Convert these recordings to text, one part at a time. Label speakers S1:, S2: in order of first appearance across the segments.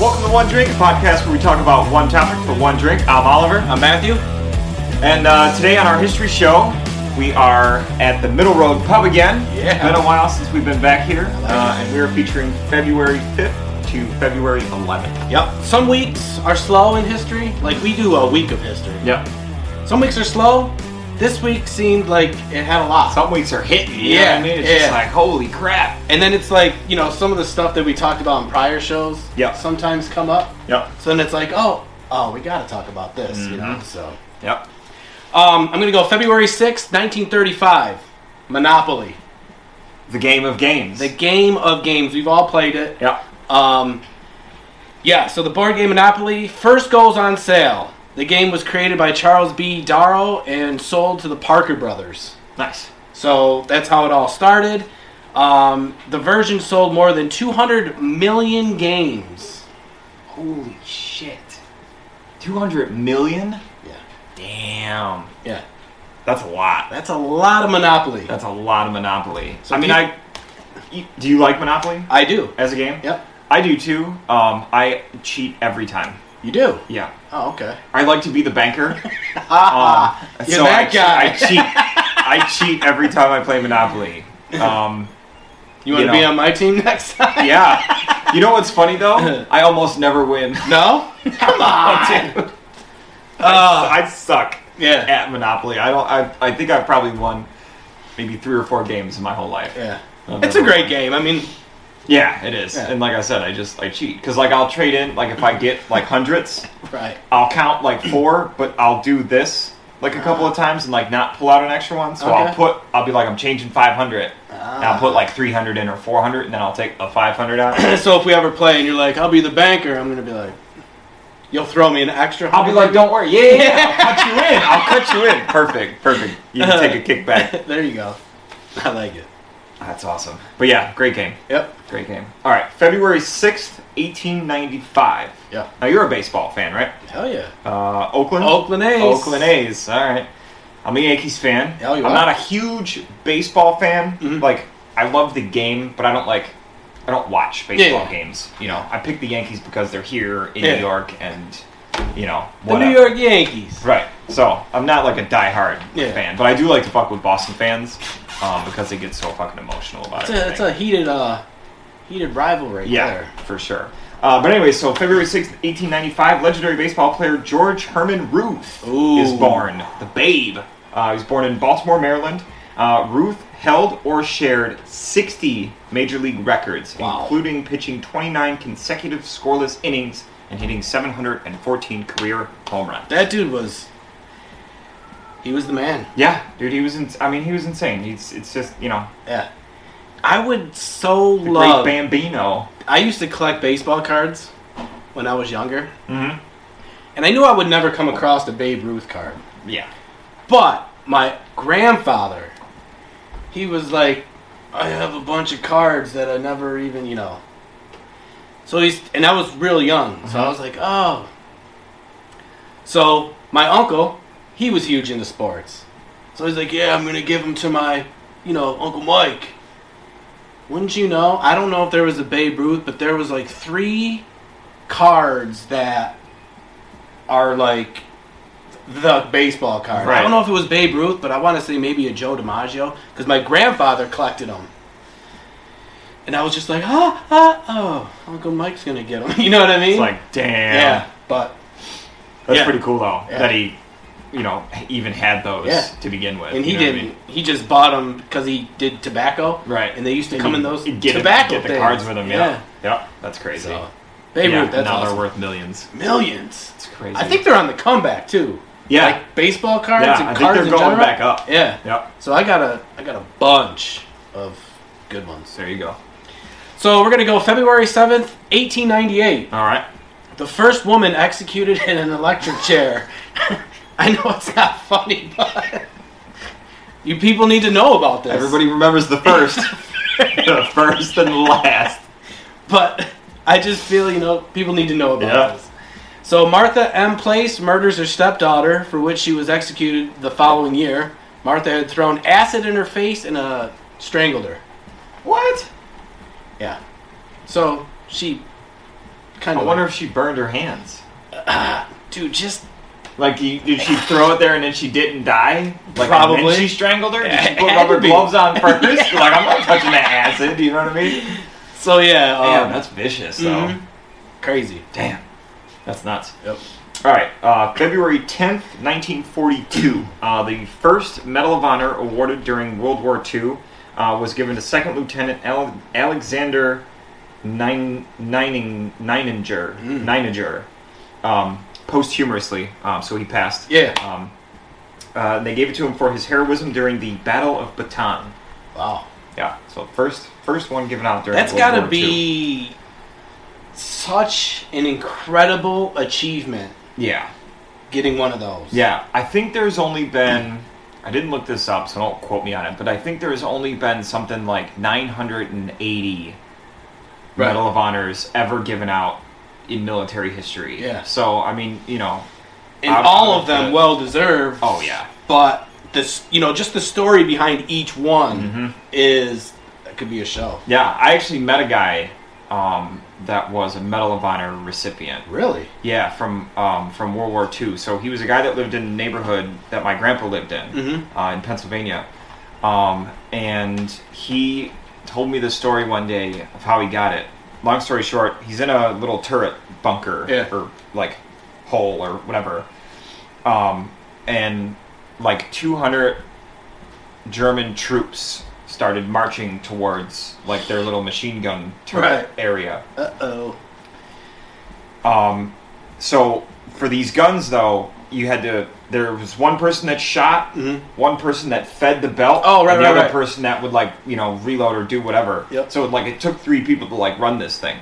S1: Welcome to One Drink, a podcast where we talk about one topic for one drink. I'm Oliver,
S2: I'm Matthew.
S1: and uh, today on our history show, we are at the Middle Road Pub again.
S2: Yeah.
S1: It's been a while since we've been back here, uh, and we are featuring February 5th to February 11th.
S2: Yep. Some weeks are slow in history. Like we do a week of history.
S1: Yep.
S2: Some weeks are slow. This week seemed like it had a lot.
S1: Some weeks are hitting. You know
S2: Yeah,
S1: what I mean, it's
S2: yeah.
S1: just like holy crap.
S2: and then it's like you know some of the stuff that we talked about in prior shows.
S1: Yep.
S2: Sometimes come up.
S1: Yep.
S2: So then it's like oh oh we gotta talk about this you know
S1: Mm-hmm.
S2: so.
S1: Yep.
S2: Um, I'm gonna go February 6th, 1935. Monopoly,
S1: The game of games.
S2: the game of games. We've all played it.
S1: yep.
S2: Um, yeah, so the board game Monopoly first goes on sale. The game was created by Charles B. Darrow and sold to the Parker brothers.
S1: Nice.
S2: So that's how it all started. Um, the version sold more than 200 million games.
S1: Holy shit. 200 million?
S2: Yeah.
S1: Damn.
S2: Yeah.
S1: That's a lot.
S2: That's a lot of Monopoly.
S1: That's a lot of Monopoly.
S2: So
S1: I mean,
S2: you-
S1: I. you- do you like Monopoly
S2: I do.
S1: as a game?
S2: Yep.
S1: I do too. Um, I cheat every time.
S2: You do?
S1: Yeah.
S2: Oh, okay.
S1: I like to be the banker. Um,
S2: Ah, you're
S1: so I,
S2: that
S1: che-
S2: guy.
S1: I cheat. I cheat every time I play Monopoly. Um,
S2: you want
S1: you
S2: to be
S1: know.
S2: on my team next time?
S1: yeah. You know what's funny though? I almost never win.
S2: No? Come on.
S1: Dude,
S2: Uh,
S1: I suck
S2: yeah.
S1: at Monopoly. I don't. I, I think I've probably won maybe three or four games in my whole life.
S2: Yeah.
S1: I've
S2: It's a
S1: never
S2: great game. I mean,
S1: Yeah, it is.
S2: Yeah.
S1: And like I said, I just I cheat because like I'll trade in like if I get like hundreds,
S2: right.
S1: I'll count like four, but I'll do this like a couple of times and like not pull out an extra one. So I'll
S2: Okay.
S1: put I'll be like I'm changing five hundred. And I'll put like three hundred in or four hundred, and then I'll take a five hundred out.
S2: so if we ever play and you're like, I'll be the banker, I'm gonna be like, you'll throw me an extra.
S1: I'll be like, don't worry, yeah, yeah, yeah, I'll cut you in. I'll cut you in. Perfect, perfect. You can take a kickback.
S2: there you go. I like it.
S1: That's awesome. But yeah, great game,
S2: Yep.
S1: great game. All right, February sixth, eighteen ninety five.
S2: Yeah.
S1: Now you're a baseball fan, right?
S2: Hell yeah.
S1: Uh, Oakland.
S2: Oakland A's.
S1: Oakland A's. All right. I'm a Yankees fan.
S2: Hell, you
S1: I'm
S2: are.
S1: not a huge baseball fan.
S2: Mhm.
S1: Like I love the game, but I don't like I don't watch baseball
S2: Yeah.
S1: games. You know, I pick the Yankees because they're here in
S2: Yeah.
S1: New York, and you know
S2: The
S1: whatever.
S2: New York Yankees.
S1: Right. So I'm not like a diehard
S2: Yeah.
S1: fan, but I do like to fuck with Boston fans um, because they get so fucking emotional about
S2: It's
S1: everything.
S2: a, it's a heated, uh, heated rivalry
S1: Yeah,
S2: there.
S1: for sure. Uh, but anyway, so February 6th, 1895, legendary baseball player George Herman Ruth
S2: Ooh.
S1: is born. The babe. Uh, he was born in Baltimore, Maryland. Uh, Ruth held or shared 60 major league records,
S2: Wow.
S1: including pitching 29 consecutive scoreless innings and hitting 714 career home runs.
S2: That dude was. He was the man.
S1: Yeah, dude, he was. In, I mean, he was insane. He's. It's just you know,
S2: Yeah. I would so
S1: the
S2: love.
S1: great Bambino.
S2: I used to collect baseball cards when I was younger,
S1: hmm
S2: and I knew I would never come across a Babe Ruth card.
S1: Yeah.
S2: But my grandfather, he was like, I have a bunch of cards that I never even, you know. So he's, and I was real young, so I was like, oh. So my uncle, he was huge into sports. So he's like, yeah, I'm going to give them to my, you know, Uncle Mike. Wouldn't you know? I don't know if there was a Babe Ruth, but there was like three cards that are like the baseball card. I
S1: Right.
S2: don't know if it was Babe Ruth, but I want to say maybe a Joe DiMaggio because my grandfather collected them. And I was just like, ah, ah, oh, Uncle Mike's gonna get them. You know what I mean?
S1: It's like damn.
S2: yeah, but
S1: That's
S2: Yeah.
S1: pretty cool though
S2: Yeah.
S1: that he, you know, even had those
S2: Yeah.
S1: to begin with.
S2: and he
S1: you know what I
S2: didn't.
S1: mean?
S2: He just bought them because he did tobacco.
S1: Right.
S2: And they used to
S1: And
S2: come
S1: you
S2: in those
S1: get
S2: tobacco
S1: get the
S2: things.
S1: cards with him. Yeah, yeah, that's crazy.
S2: So, Babe
S1: yeah,
S2: Ruth, that's
S1: now
S2: awesome.
S1: they're worth millions.
S2: millions.
S1: It's crazy.
S2: I think they're on the comeback too.
S1: Yeah.
S2: Like baseball cards
S1: Yeah,
S2: and
S1: I think
S2: cards
S1: they're
S2: in
S1: going
S2: general.
S1: back up.
S2: Yeah.
S1: Yep.
S2: So I got a I got a bunch of good ones.
S1: There you go.
S2: So we're gonna go February seventh, eighteen ninety eight.
S1: All right.
S2: The first woman executed in an electric chair. I know it's not funny, but you people need to know about this.
S1: Everybody remembers the first, the first and the last.
S2: but I just feel you know people need to know about
S1: Yeah.
S2: this. So Martha M. Place murders her stepdaughter, for which she was executed the following year. Martha had thrown acid in her face and uh, strangled her.
S1: What?
S2: Yeah. So she Kind
S1: I
S2: of.
S1: wonder if she burned her hands.
S2: dude, just
S1: Like, you- did she throw it there and then she didn't die? Like, And
S2: Probably.
S1: then she strangled her? Did she
S2: It
S1: put
S2: had to
S1: rubber
S2: be.
S1: gloves on first? Like, I'm not touching that acid. Do you know what I mean? mm-hmm.
S2: so yeah.
S1: Damn,
S2: um,
S1: that's vicious, though.
S2: mhm. crazy.
S1: Damn. That's nuts.
S2: Yep.
S1: All right, uh, February 10th, 1942, uh, the first Medal of Honor awarded during World War II uh, was given to Second Lieutenant Ale- Alexander Nin- Nining- Nininger,
S2: Mm.
S1: Nininger um, posthumously, um, so he passed.
S2: Yeah.
S1: Um, uh, they gave it to him for his heroism during the Battle of Bataan.
S2: Wow.
S1: Yeah, so first first one given out during
S2: That's
S1: World
S2: got
S1: War
S2: to be such an incredible achievement
S1: II. Yeah.
S2: getting one of those.
S1: Yeah, I think there's only been. I didn't look this up, so don't quote me on it, but I think there's only been something like 980
S2: Right.
S1: Medal of Honors ever given out in military history.
S2: Yeah.
S1: So, I mean, you know.
S2: And
S1: I'm-
S2: all
S1: I'm
S2: of them
S1: good.
S2: well deserved.
S1: Oh, yeah.
S2: But this, you know, just the story behind each one
S1: Mm-hmm.
S2: is that could be a show.
S1: Yeah, I actually met a guy um, that was a Medal of Honor recipient.
S2: Really?
S1: Yeah, from um, from World War II. So he was a guy that lived in a neighborhood that my grandpa lived in
S2: Mhm.
S1: uh, in Pennsylvania, um, and he told me the story one day of how he got it. Long story short, he's in a little turret bunker
S2: Yeah.
S1: or like hole or whatever, um, and like 200 German troops started marching towards like their little machine gun turret
S2: Right.
S1: area.
S2: Uh oh.
S1: Um, so for these guns, though, you had to. There was one person that shot,
S2: Mhm.
S1: one person that fed the belt,
S2: Oh, right,
S1: and the
S2: right,
S1: other
S2: right.
S1: person that would like you know reload or do whatever.
S2: Yep.
S1: So like it took three people to like run this thing.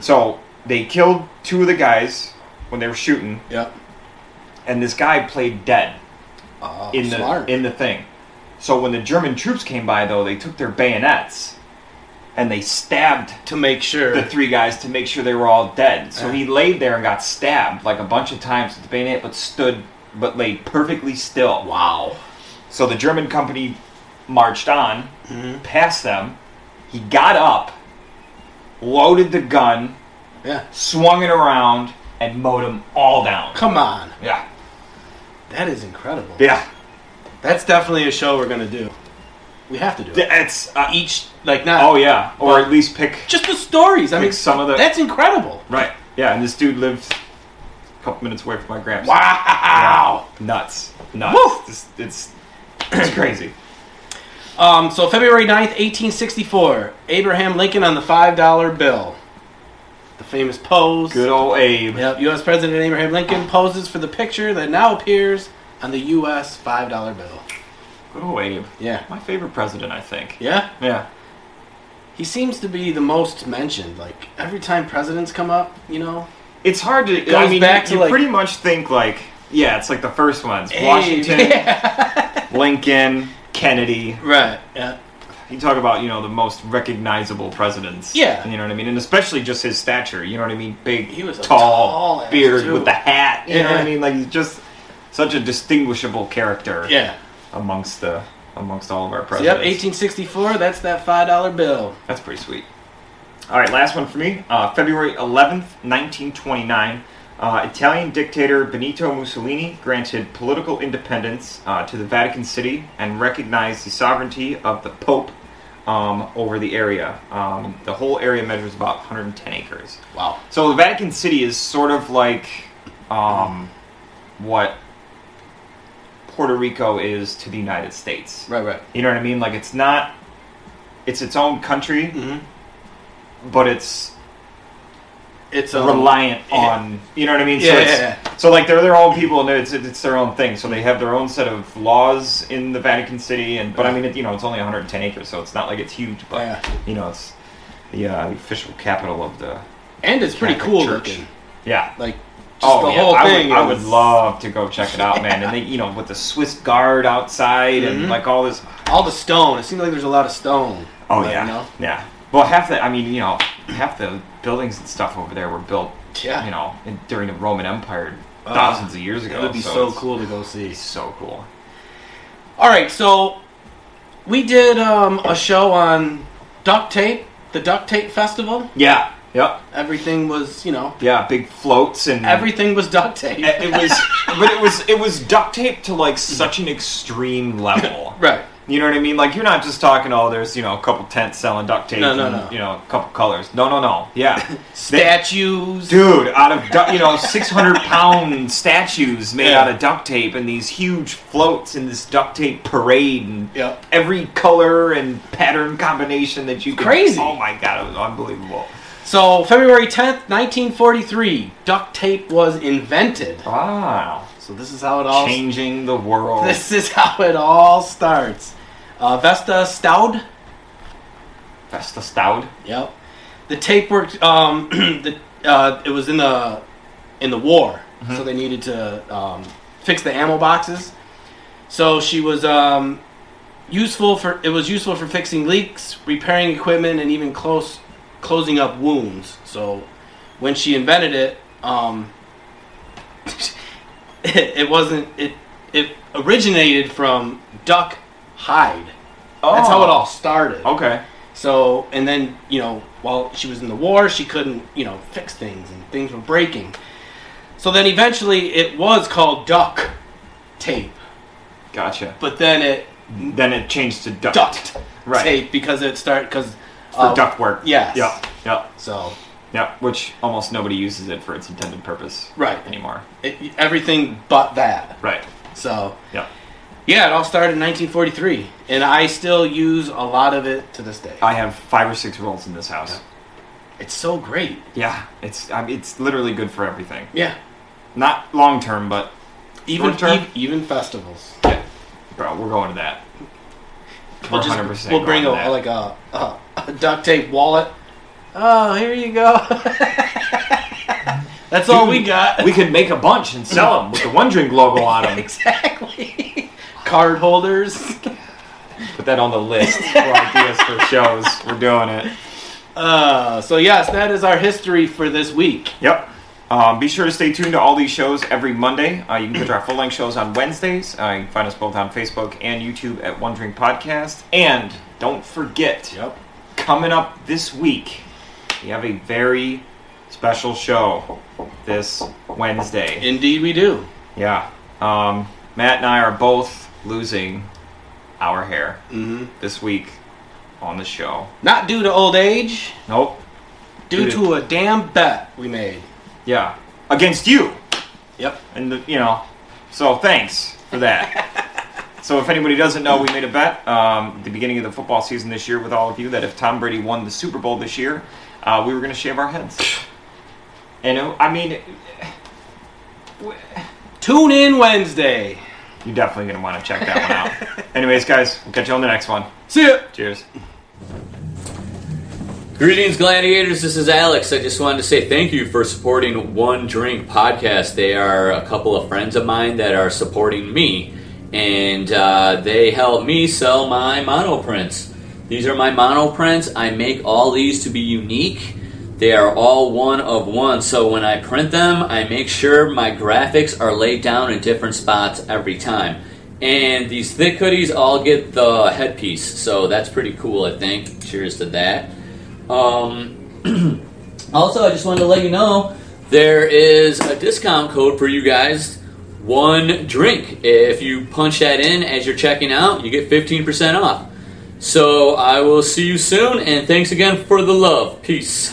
S1: so they killed two of the guys when they were shooting,
S2: Yep.
S1: and this guy played dead
S2: Oh,
S1: in the
S2: smart.
S1: in the thing. So when the German troops came by, though, they took their bayonets and they stabbed
S2: to make sure.
S1: the three guys to make sure they were all dead. So
S2: Yeah.
S1: he laid there and got stabbed like a bunch of times with the bayonet, but stood, but lay perfectly still.
S2: wow.
S1: So the German company marched on,
S2: Mm-hmm.
S1: past them. He got up, loaded the gun,
S2: Yeah.
S1: swung it around, and mowed them all down.
S2: Come on.
S1: Yeah,
S2: That is incredible.
S1: yeah.
S2: That's definitely a show we're gonna do. We have to do it.
S1: It's uh,
S2: Each like not.
S1: oh yeah, or at least pick
S2: Just the stories. I
S1: pick
S2: mean,
S1: some of the
S2: that's incredible.
S1: right. Yeah, and this dude lives a couple minutes away from my grandpa's.
S2: Wow.
S1: nuts, nuts.
S2: Woo!
S1: It's, it's it's crazy.
S2: Um, so February 9th, 1864, Abraham Lincoln on the $5 bill. The famous pose.
S1: Good old Abe.
S2: Yep, U.S. President Abraham Lincoln poses for the picture that now appears on the U.S. $5 bill.
S1: Good old Abe.
S2: Yeah.
S1: My favorite president, I think.
S2: Yeah?
S1: Yeah.
S2: He seems to be the most mentioned. Like, every time presidents come up, you know?
S1: It's hard to. I
S2: goes
S1: mean,
S2: back
S1: you,
S2: to,
S1: you
S2: like-
S1: pretty much think like, yeah, it's like the first ones:
S2: Abe.
S1: Washington,
S2: Yeah.
S1: Lincoln, Kennedy.
S2: right. Yeah.
S1: You talk about you know the most recognizable presidents.
S2: Yeah.
S1: You know what I mean, and especially just his stature. You know what I mean? Big,
S2: He was a
S1: tall,
S2: tall ass
S1: beard
S2: dude.
S1: with the hat. You know what
S2: Yeah.
S1: I mean? Like he's just such a distinguishable character
S2: Yeah.
S1: amongst the amongst all of our
S2: So, yep,
S1: presidents.
S2: 1864, that's that $5 bill.
S1: That's pretty sweet. All right, last one for me. Uh, February 11th, 1929. Uh, Italian dictator Benito Mussolini granted political independence uh, to the Vatican City and recognized the sovereignty of the Pope um, over the area. Um, the whole area measures about 110 acres.
S2: Wow.
S1: So the Vatican City is sort of like um, what Puerto Rico is to the United States.
S2: Right, right.
S1: You know what I mean? Like it's not it's its own country,
S2: Mm-hmm.
S1: but it's
S2: It's um, a.
S1: reliant
S2: yeah.
S1: on you know what I mean?
S2: Yeah,
S1: so, it's,
S2: yeah,
S1: so like they're their own people and it's it's their own thing. So they have their own set of laws in the Vatican City and but I mean it, you know it's only 110 acres, so it's not like it's huge, but
S2: Yeah.
S1: you know it's the uh, official capital of the
S2: and it's pretty
S1: Catholic
S2: cool
S1: Church.
S2: looking.
S1: yeah.
S2: Like, just
S1: oh,
S2: the
S1: yeah.
S2: whole
S1: I
S2: thing.
S1: Would, I would
S2: is-
S1: love to go check it out, man. And they, you know, with the Swiss guard outside and
S2: Mhm.
S1: like all this.
S2: all the stone. It seems like there's a lot of stone.
S1: Oh
S2: Like,
S1: yeah,
S2: you know?
S1: yeah. Well, half the I mean, you know, half the buildings and stuff over there were built,
S2: Yeah.
S1: you know, in, during the Roman Empire
S2: Ah,
S1: thousands of years ago.
S2: It would be so
S1: it's-
S2: cool to go see.
S1: It's so cool.
S2: All right, so we did um, a show on duct tape, the duct tape festival.
S1: Yeah, Yep.
S2: Everything was, you know,
S1: Yeah, big floats and
S2: everything was duct tape.
S1: It it was, but it was it was duct taped to like such an extreme level.
S2: right.
S1: You know what I mean? Like you're not just talking. Oh, there's you know a couple tents selling duct tape.
S2: No, no,
S1: and,
S2: no.
S1: You know a couple colors. No, no, no. Yeah,
S2: Statues.
S1: dude, out of du- you know 600 pound statues made out of duct tape and these huge floats and this duct tape parade and
S2: Yep.
S1: every color and pattern combination that you could.
S2: Crazy.
S1: Oh my god, it was unbelievable.
S2: So, February 10th, 1943, duct tape was invented.
S1: Wow,
S2: So, this is how it all
S1: changing the world.
S2: This is how it all starts. Uh, Vesta Staud.
S1: Vesta Stout.
S2: Yep. The tape worked. Um, the, uh, it was in the in the war, so they needed to um, fix the ammo boxes. So she was um, useful for. It was useful for fixing leaks, repairing equipment, and even close closing up wounds. So when she invented it, um, it, it wasn't. It it originated from duck hide. That's
S1: Oh.
S2: how it all started.
S1: Okay.
S2: So, and then, you know, while she was in the war, she couldn't, you know, fix things and things were breaking. So then eventually it was called duct tape,
S1: Gotcha.
S2: but then it
S1: Then it changed to duct.
S2: duct
S1: Right.
S2: tape because it started, because.
S1: For duct work.
S2: yes.
S1: Yep. Yep.
S2: So,
S1: Yep. Which almost nobody uses it for its intended purpose
S2: right.
S1: anymore.
S2: It, everything but that.
S1: Right.
S2: So,
S1: Yep.
S2: yeah, it all started in 1943, and I still use a lot of it to this day.
S1: I have five or six rolls in this house.
S2: it's so great.
S1: Yeah. It's I mean, it's literally good for everything.
S2: Yeah.
S1: Not long term, but
S2: Even,
S1: Short term?
S2: ev- even festivals.
S1: yeah. Bro, we're going to that.
S2: We'll
S1: We're
S2: just
S1: 100%
S2: we'll bring a,
S1: going to that.
S2: like a, a, a duct tape wallet. Oh, here you go. That's all we
S1: Dude,
S2: got.
S1: We could make a bunch and sell them with the One Drink logo on them.
S2: exactly. Card holders.
S1: Put that on the list for ideas for shows. We're doing it.
S2: Uh, so yes, that is our history for this week.
S1: Yep. Um, be sure to stay tuned to all these shows every Monday. Uh, you can catch our full length shows on Wednesdays. Uh, you can find us both on Facebook and YouTube at One Drink Podcast. And don't forget,
S2: Yep.
S1: coming up this week, we have a very special show this Wednesday.
S2: Indeed, we do.
S1: Yeah. Um, Matt and I are both losing our hair
S2: hmm
S1: this week on the show.
S2: Not due to old age,
S1: Nope.
S2: due
S1: Due to-
S2: to a damn bet we made.
S1: Yeah. Against you.
S2: Yep.
S1: and the, you know, so thanks for that. so if anybody doesn't know, we made a bet um, at the beginning of the football season this year with all of you that if Tom Brady won the Super Bowl this year, uh, we were going to shave our heads. And it, I mean,
S2: Tune in Wednesday.
S1: you're definitely going to want to check that one out. Anyways, guys, we'll catch you on the next one.
S2: See ya.
S1: Cheers.
S3: Greetings, gladiators. This is Alex. I just wanted to say thank you for supporting One Drink Podcast. They are a couple of friends of mine that are supporting me, and uh, they help me sell my monoprints. These are my monoprints. I make all these to be unique. They are all one of one, so when I print them, I make sure my graphics are laid down in different spots every time. And these thick hoodies all get the headpiece, so that's pretty cool, I think. Cheers to that. Um, also, I just wanted to let you know there is a discount code for you guys. One drink. If you punch that in as you're checking out, you get 15% off. So I will see you soon, and thanks again for the love. Peace.